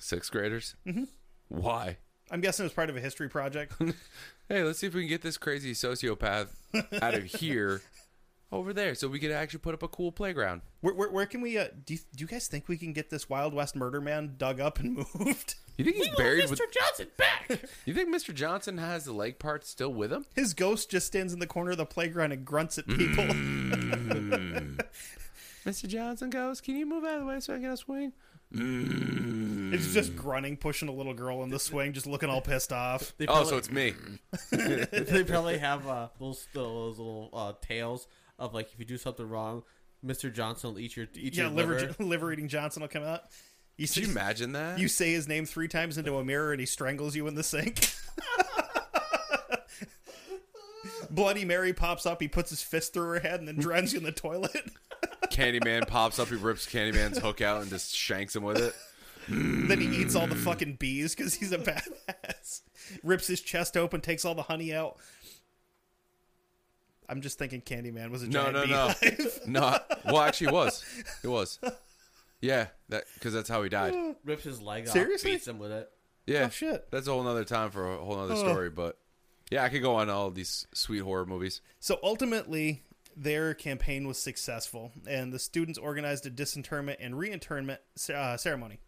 Sixth graders? Mm-hmm. Why? I'm guessing it was part of a history project. Hey, let's see if we can get this crazy sociopath out of here over there so we could actually put up a cool playground. Where, where, where can we? Uh, do, you, do you guys think we can get this Wild West murder man dug up and (laughs) moved? You think he's buried with Mr. Johnson back. You think Mr. Johnson has the leg part still with him? His ghost just stands in the corner of the playground and grunts at people. Mr. Johnson goes, "Can you move out of the way so I can swing?" it's Mm. just grunting, pushing a little girl in the swing, just looking all pissed (laughs) off. They Oh, probably, so it's me. (laughs) they probably have uh, those, those little uh, tales of like if you do something wrong, Mr. Johnson will eat your eat Yeah, your liver, liver. liver eating Johnson will come out. You Could say, you imagine that? you say his name three times into a mirror and he strangles you in the sink. (laughs) Bloody Mary pops up, he puts his fist through her head and then drowns you in the toilet. (laughs) Candyman pops up, he rips Candyman's hook out and just shanks him with it. Then he eats all (clears throat) the fucking bees because he's a badass. Rips his chest open, takes all the honey out. I'm just thinking Candyman was a No, giant no, no, beehive. no. Well, actually, it was. It was. Yeah, that because that's how he died. Rips his leg off. Seriously? Beats him with it. Yeah, Oh, shit. That's a whole nother time for a whole nother story. But yeah, I could go on all these sweet horror movies. So ultimately, their campaign was successful, and the students organized a disinterment and reinternment uh, ceremony.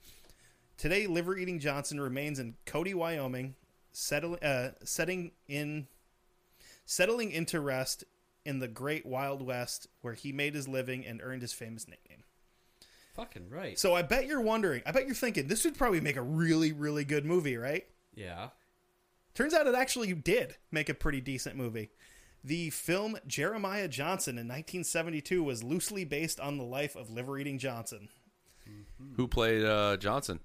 Today, Liver Eating Johnson remains in Cody, Wyoming, settle, uh, setting in settling into rest in the Great Wild West, where he made his living and earned his famous nickname. Fucking right. So I bet you're wondering. I bet you're thinking this would probably make a really, really good movie, right? yeah. Turns out it actually did make a pretty decent movie. The film Jeremiah Johnson in 1972 was loosely based on the life of liver eating Johnson. Who played uh, Johnson?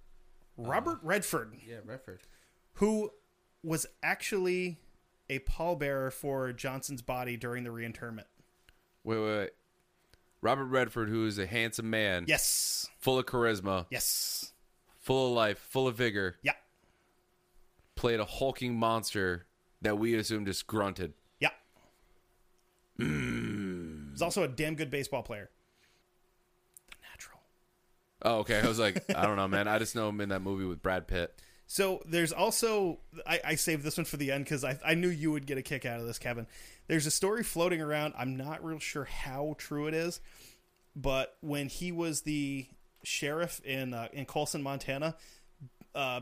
Robert Redford, Yeah, Redford. who was actually a pallbearer for Johnson's body during the reinterment. Wait, wait, wait. Robert Redford, who is a handsome man, Yes. full of charisma, Yes. full of life, full of vigor, Yeah. played a hulking monster that we assume just grunted. Yeah. He's also a damn good baseball player. The natural. Oh, okay. I was like, I don't know, man. I just know him in that movie with Brad Pitt. So there's also I, I saved this one for the end because I, I knew you would get a kick out of this, Kevin. There's a story floating around. I'm not real sure how true it is, but when he was the sheriff in uh, in Colson, Montana, uh,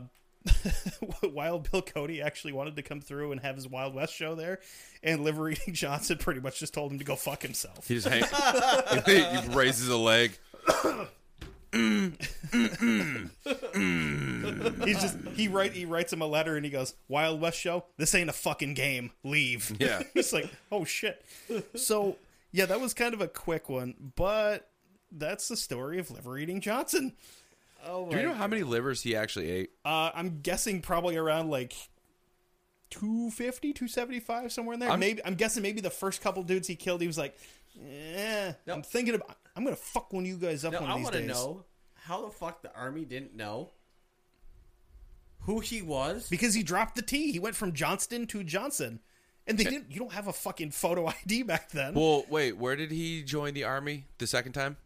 (laughs) Wild Bill Cody actually wanted to come through and have his Wild West show there, and Liver Eating (laughs) Johnson pretty much just told him to go fuck himself. He just hang- (laughs) he raises a leg. He's just he write he writes him a letter and he goes Wild West show. This ain't a fucking game. Leave. Yeah. (laughs) it's like oh shit. So yeah, that was kind of a quick one, but that's the story of liver eating Johnson. Oh, Do you know how many livers he actually ate? Uh, I'm guessing probably around like 250, 275, somewhere in there. I'm- maybe I'm guessing maybe the first couple dudes he killed, he was like, eh, I'm thinking about I'm gonna fuck one of you guys up Now, one I of these want to days. know how the fuck the army didn't know who he was. Because he dropped the T. He went from Johnston to Johnson. And they didn't you don't have a fucking photo (laughs) ID back then. Well, wait. Where did he join the army the second time?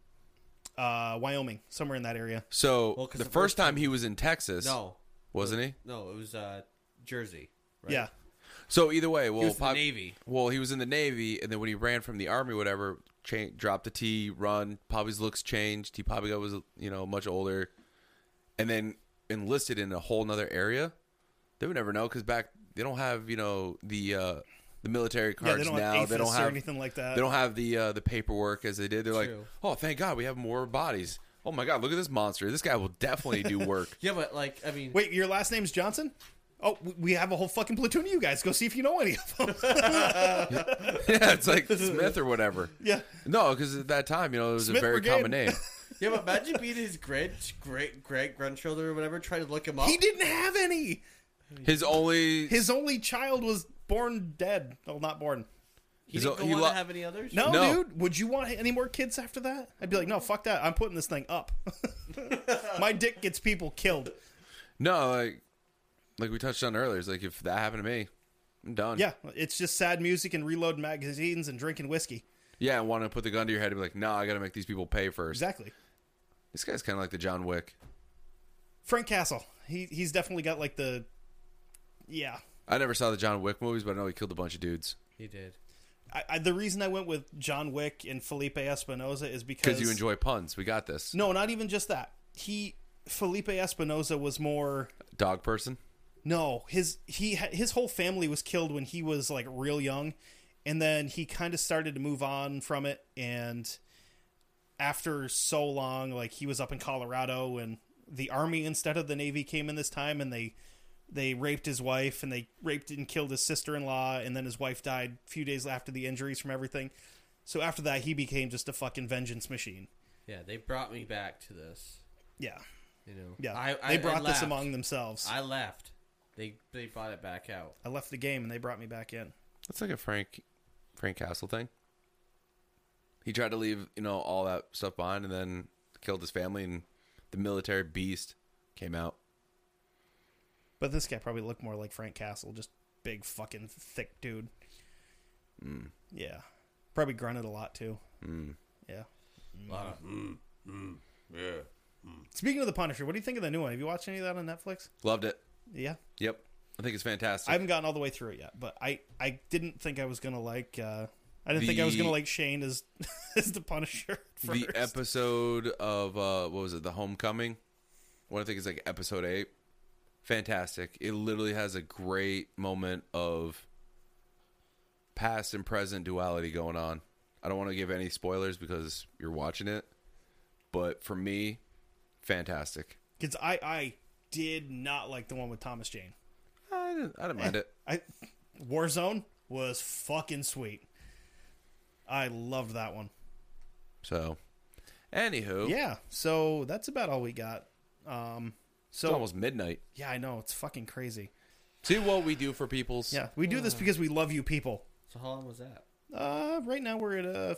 uh, Wyoming, somewhere in that area. So 'cause the, the first time he was in Texas, No, wasn't he? no, it was uh, Jersey. Right? Yeah. So either way, well, was in the pop- Navy. Well, he was in the navy, and then when he ran from the army, whatever, cha- dropped the T, run. Poppy's looks changed. He probably was you know much older, and then enlisted in a whole nother area. They would never know because back they don't have you know the uh, the military Yeah, cards they don't now. have they don't APHIS or have anything like that. they don't have the uh, the paperwork as they did. They're like, True. oh, thank God we have more bodies. Oh my God, look at this monster. This guy will (laughs) definitely do work. (laughs) Yeah, but like I mean, Wait, your last name's Johnson? Oh, w- we have a whole fucking platoon of you guys. Go see if you know any of (laughs) them. yeah, it's like Smith or whatever. yeah. No, because at that time, you know, it was a Smith very Brigade. common name. yeah, but imagine being his great great great grandchildren or whatever, trying to look him up. (laughs) He didn't have any. His only His only child was born dead. Well, not born. He He's didn't a- go he on lo- to have any others. No, No. dude. Would you want any more kids after that? I'd be like, no, fuck that. I'm putting this thing up. (laughs) My dick gets people killed. no, like like we touched on earlier. It's like if that happened to me, I'm done. Yeah, it's just sad music and reloading magazines and drinking whiskey. yeah. I want to put the gun to your head and be like, no, nah, I got to make these people pay first. Exactly. This guy's kind of like the John Wick. Frank Castle. He he's definitely got like the yeah. I never saw the John Wick movies, but I know he killed a bunch of dudes he did. I, I, the reason I went with John Wick and Felipe Espinoza is because because you enjoy puns. We got this. No, not even just that. He Felipe Espinoza was more Dog person. no his he ha- his whole family was killed when he was like real young, and then he kind of started to move on from it. And after so long, like he was up in Colorado, and the army instead of the navy came in this time, and they they raped his wife and they raped and killed his sister-in-law and then his wife died a few days after the injuries from everything so after that he became just a fucking vengeance machine Yeah, they brought me back to this. yeah You know, Yeah, I, I, they brought I this laughed. among themselves. I, I left. They they brought it back out. left the game and they brought me back in. That's like a Frank Frank Castle thing. He tried to leave, you know, all that stuff behind, and then killed his family, and the military beast came out. But this guy probably looked more like Frank Castle, just big fucking thick dude. Hmm. Yeah, probably grunted a lot too. Yeah. Mm. Lot of- Speaking of the Punisher, what do you think of the new one? Have you watched any of that on Netflix? Loved it. Yeah, Yep, I think it's fantastic. I haven't gotten all the way through it yet, but I I didn't think I was gonna like. uh I didn't think I was The- gonna like Shane as (laughs) as the Punisher. at First. the episode of uh what was it the homecoming what i think is like episode eight fantastic it literally has a great moment of past and present duality going on i don't want to give any spoilers because you're watching it but for me fantastic because I I did not like the one with Thomas Jane. i didn't, I didn't mind it I Warzone was fucking sweet. I loved that one. so anywho Yeah, so that's about all we got. Um so it's almost midnight yeah, I know it's fucking crazy. see what we do for people's Yeah, we do this because we love you people. so how long was that? Uh right now we're at uh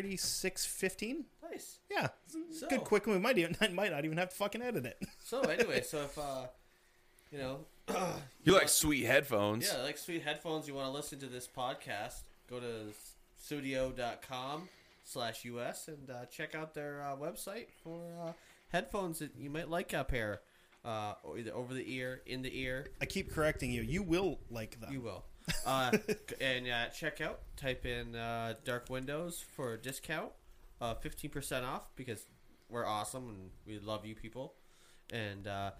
4615. Nice. Yeah. So- Good quick move. Might even (laughs) might not even have to fucking edit it. (laughs) So anyway, so if uh, you know, you like sweet headphones yeah, like sweet headphones, you want to listen to this podcast, go to studio.com slash us and uh, check out their uh, website for uh, headphones that you might like up here, uh, or either over the ear, in the ear. I keep correcting you. You will like them. You will. Uh, (laughs) c- and uh, check out, type in uh, Dark Windows for a discount, uh, 15% off because we're awesome and we love you people. And, uh,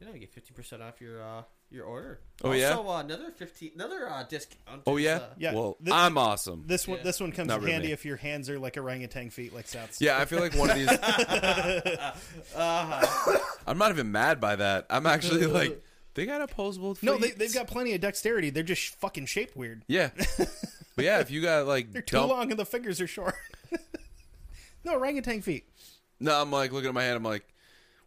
you know, you get 15% off your uh, your order. Oh, also, yeah? uh, another 15 another uh, discount. oh is, yeah uh, Yeah, well this- i'm awesome This one Yeah. this one comes Not in really. handy if your hands are like orangutan feet like Seth's. Yeah, I feel like (laughs) one of these. Uh-huh. I'm not even mad by that. I'm actually like, they got opposable. Feet. No, they, they've got plenty of dexterity. They're just sh- fucking shaped weird. Yeah, but yeah, if you got like They're too dumb- long and the fingers are short. (laughs) no, orangutan feet. No, I'm like looking at my hand. I'm like,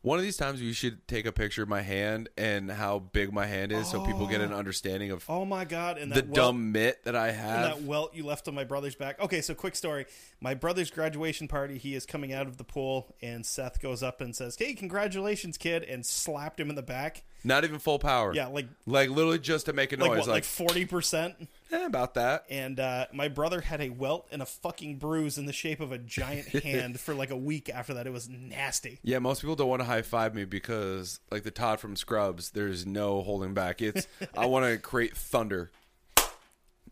one of these times you should take a picture of my hand and how big my hand is, so people get an understanding of Oh my god! And the that welt, dumb mitt that I and have. that welt you left on my brother's back. Okay, so quick story. My brother's graduation party. He is coming out of the pool, and Seth goes up and says, "Hey, congratulations, kid!" and slapped him in the back. Not even full power. Yeah, like like literally just to make a like noise. what, like forty percent. eh, about that. And uh, my brother had a welt and a fucking bruise in the shape of a giant hand for like a week after that. It was nasty. Yeah, most people don't want to high five me because, like the Todd from Scrubs, there's no holding back. It's I want to create thunder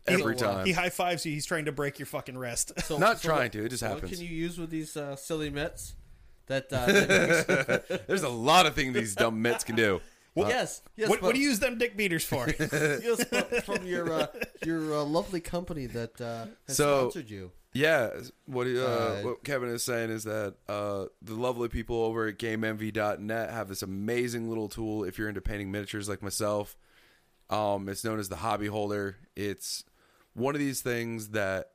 every So, uh, time. He high fives you. He's trying to break your fucking wrist. so- Not so trying what- to, it just so happens. What can you use with these uh, (laughs) silly mitts? That, uh, that- There's a lot of things these dumb mitts can do. yes, yes. what, what but- do you use them dick beaters for? (laughs) yes, but from your uh, your uh, lovely company that uh, has So- sponsored you. Yeah, what, he- uh, Uh, what Kevin is saying is that uh, the lovely people over at GameMV.net have this amazing little tool if you're into painting miniatures like myself. Um, it's known as the Hobby Holder. It's one of these things that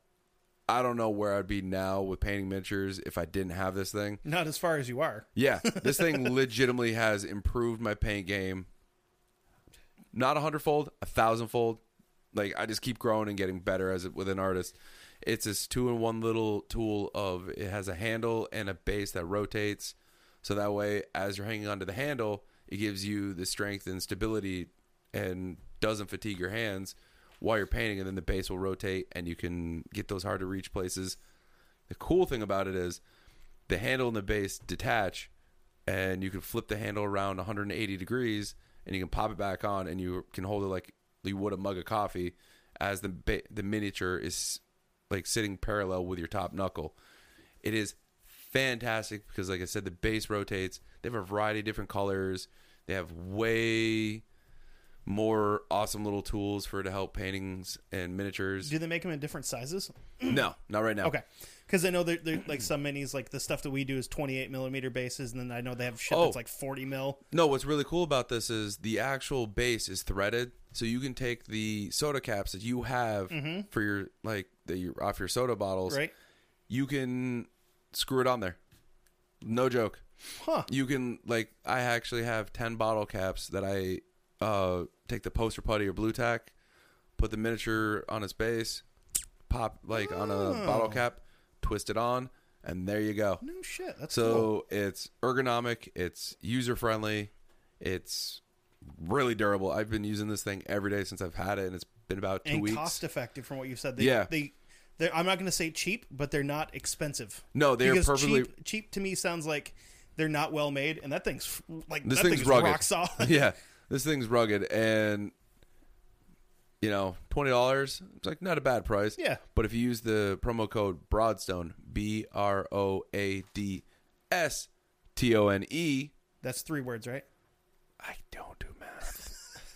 I don't know where I'd be now with painting miniatures if I didn't have this thing. Not as far as you are. Yeah, this thing legitimately has improved my paint game. Not a hundredfold, a thousandfold. Like I just keep growing and getting better as a- with an artist. It's this two-in-one little tool of it has a handle and a base that rotates, so that way as you're hanging onto the handle, it gives you the strength and stability and doesn't fatigue your hands while you're painting. And then the base will rotate and you can get those hard-to-reach places. The cool thing about it is the handle and the base detach and you can flip the handle around 180 degrees and you can pop it back on and you can hold it like you would a mug of coffee as the ba- the miniature is like sitting parallel with your top knuckle it is fantastic because like i said the base rotates they have a variety of different colors they have way more awesome little tools for to help paintings and miniatures Do they make them in different sizes? no not right now Okay, because I know they're, they're like some minis, like the stuff that we do is 28 millimeter bases, and then I know they have shit Oh. that's like 40 mil. No, what's really cool about this is the actual base is threaded, so you can take the soda caps that you have for your like that you off your soda bottles. Right. You can screw it on there. No joke. Huh. You can like I actually have ten bottle caps that I uh take the poster putty or blue tack, put the miniature on its base, pop like on a bottle cap, twist it on, and there you go. No shit. That's cool. So it's ergonomic, it's user friendly, it's really durable. I've been using this thing every day since I've had it, and it's been about two and weeks. cost effective from what you said. They, Yeah. They, they're, I'm not going to say cheap, but they're not expensive. No, they are because perfectly- cheap, cheap. To me, sounds like they're not well made, and that thing's f- like this that thing's thing is rugged. rock solid. (laughs) (laughs) yeah, this thing's rugged, and you know, twenty dollars. It's like not a bad price. Yeah. but if you use the promo code Broadstone B R O A D S T O N E, That's three words, right? I don't do math.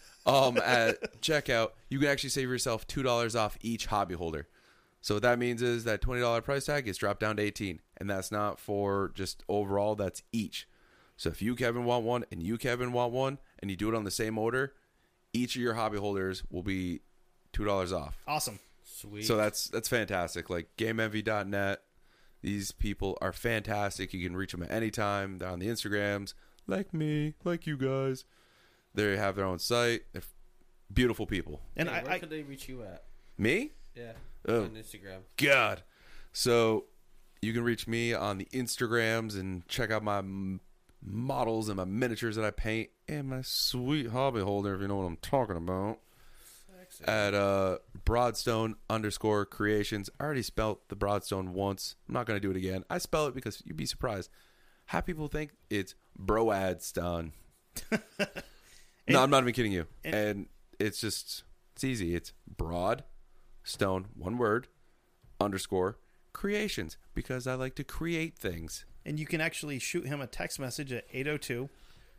(laughs) um, at checkout, you can actually save yourself two dollars off each hobby holder. So what that means is that twenty dollar price tag gets dropped down to eighteen, and that's not for just overall. That's each. So if you Kevin want one and you Kevin want one, and you do it on the same order, each of your hobby holders will be two dollars off. Awesome. Sweet. So that's that's fantastic. Like GameEnvy.net, these people are fantastic. You can reach them at any time. They're on the Instagrams, like me, like you guys. They have their own site. They're f- beautiful people. And Hey, where I, I could they reach you at? Me, Yeah, Oh. on Instagram. God. So you can reach me on the Instagrams and check out my m- models and my miniatures that I paint and my sweet hobby holder, if you know what I'm talking about. At uh, Broadstone underscore creations. I already spelt the Broadstone once. I'm not going to do it again. I spell it because you'd be surprised how people think it's Broadstone. no, I'm not even kidding you. And, it's just, it's easy. It's Broad Stone, one word, underscore creations because I like to create things. and you can actually shoot him a text message at 802.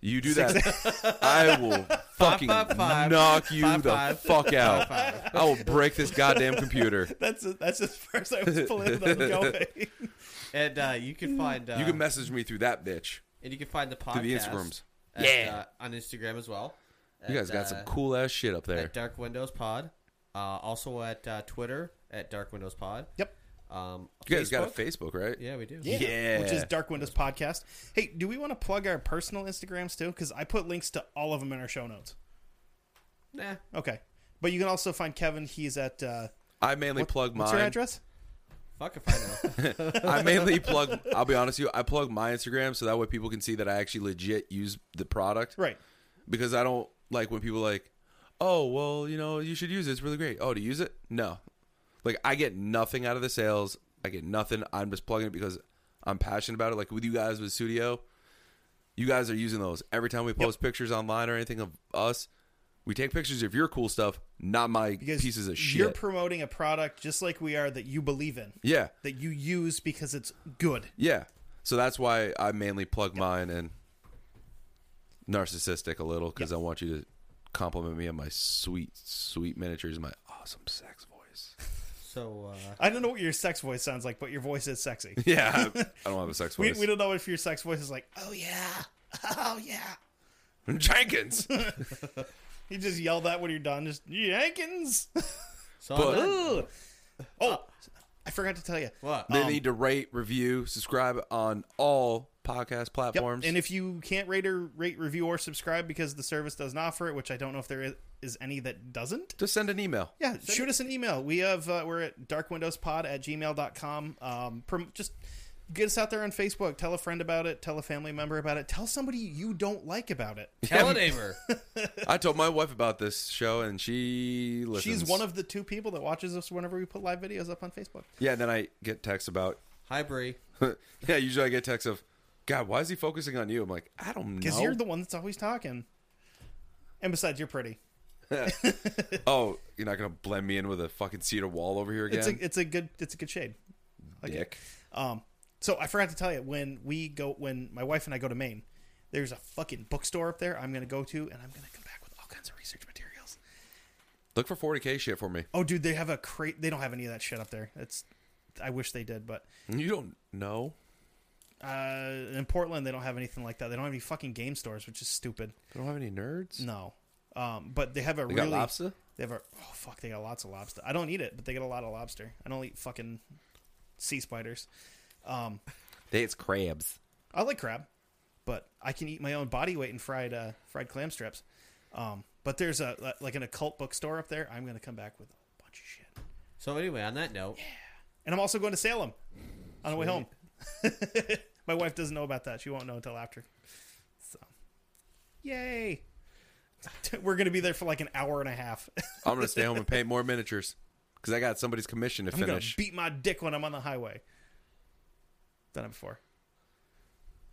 You do that, (laughs) I will fucking five, five. knock you Five, the five. fuck out. Five, I will break this goddamn computer. That's that's as far as I was pulling (laughs) them going. (laughs) And uh, you can find uh, You can message me through that bitch. and you can find the podcast the Instagrams. at, Yeah. uh, on Instagram as well. You At, guys got some uh, cool ass shit up there. at Dark Windows Pod. Uh, also at uh, Twitter at Dark Windows Pod. Yep. Um, You guys got a Facebook. Facebook, right? Yeah, we do. Yeah. Which is Dark Windows Podcast. Hey, do we want to plug our personal Instagrams too? Because I put links to all of them in our show notes. Nah. Okay. But you can also find Kevin. He's at uh, I mainly plug what's mine. your address? Fuck if I (laughs) know. I (laughs) mainly plug. I'll be honest with you. I plug my Instagram so that way people can see that I actually legit use the product. Right. because I don't like when people like, oh well, you know, you should use it. It's really great. Oh, to use it? No, like I get nothing out of the sales. I get nothing. I'm just plugging it because I'm passionate about it. Like with you guys with Studio, you guys are using those every time we post pictures online or anything of us. We take pictures of your cool stuff, not my Because pieces of You're shit. promoting a product just like we are that you believe in, yeah, that you use because it's good. yeah. So that's why I mainly plug mine and narcissistic a little because I want you to compliment me on my sweet, sweet miniatures, my awesome sex (laughs) voice. So uh, I don't know what your sex voice sounds like, but your voice is (laughs) sexy. Yeah, I, I don't have a sex We, voice. we don't know if your sex voice is like, oh yeah, (laughs) oh yeah. (laughs) Jenkins. You just yell that when you're done. Just Jenkins. (laughs) So But- I'm not- Ugh. oh, I forgot to tell you. what? they need to rate, review, subscribe on all podcast Yep. platforms. And if you can't rate or rate, review, or subscribe because the service doesn't offer it, which I don't know if there is, is any that doesn't. Just send an email. Yeah, shoot us an email. We have uh, we're at darkwindowspod at gmail.com. Um, prom- just get us out there on Facebook. Tell a friend about it. Tell a family member about it. Tell somebody you don't like about it. Tell a (laughs) neighbor. I told my wife about this show, and she listens. She's one of the two people that watches us whenever we put live videos up on Facebook. yeah. Then I get texts about. (laughs) Hi, Bree. yeah, usually I get texts of, God, why is he focusing on you? I'm like, I don't Because know. you're the one that's always talking. And besides, you're pretty. oh, you're not gonna blend me in with a fucking cedar wall over here again, It's a it's a good it's a good shade. dick. Um, so I forgot to tell you when we go when my wife and I go to Maine, there's a fucking bookstore up there I'm gonna go to and I'm gonna come back with all kinds of research materials. Look for 40k shit for me. Oh, dude, they have a crate. They don't have any of that shit up there. It's I wish they did, but You don't know. uh, in Portland they don't have anything like that. They don't have any fucking game stores, which is stupid. They don't have any nerds. No, um, but they have a They really got lobster. they have a oh fuck they got lots of lobster. I don't eat it, but they get a lot of lobster. I don't eat fucking sea spiders. Um, They it's crabs. I like crab, but I can eat my own body weight in fried uh, fried clam strips. Um, but there's a like an occult bookstore up there. I'm gonna come back with a bunch of shit, So anyway, on that note, and I'm also going to Salem on the way home. (laughs) my wife doesn't know about that. She won't know until after. So, yay! (laughs) We're gonna be there for like an hour and a half. (laughs) I'm gonna stay home and paint more miniatures because I got somebody's commission to I'm gonna finish. beat my dick when I'm on the highway. Done it before.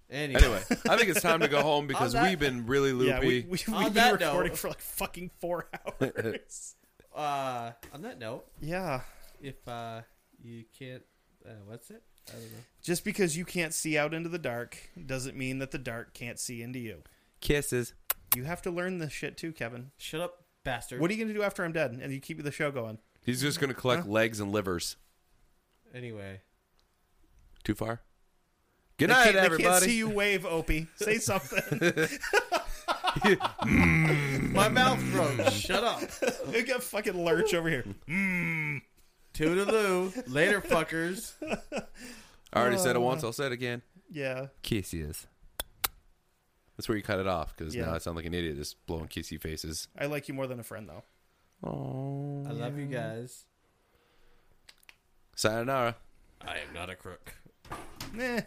anyway, Anyway, I think it's time to go home because that- we've been really loopy. Yeah, we, (laughs) we, we've On been that note- recording for like fucking four (laughs) (laughs) hours. uh, on that note, yeah. if uh, you can't, uh, what's it? I don't know. Just because you can't see out into the dark doesn't mean that the dark can't see into you. Kisses. You have to learn this shit too, Kevin. Shut up, bastard. What are you going to do after I'm dead and you keep the show going? He's just gonna collect legs and livers. anyway, Too far. Good They night, can't, they can't everybody. see you (laughs) wave, Opie. Say something. (laughs) my mouth froze. Shut up. you got fucking lurch over here. Toodaloo. Later, fuckers. I already Oh. said it once. I'll say it again. Yeah. Kisses. That's where you cut it off because Yeah. now I sound like an idiot just blowing kissy faces. I like you more than a friend, though. I love you guys. Sayonara. I am not a crook. Meh.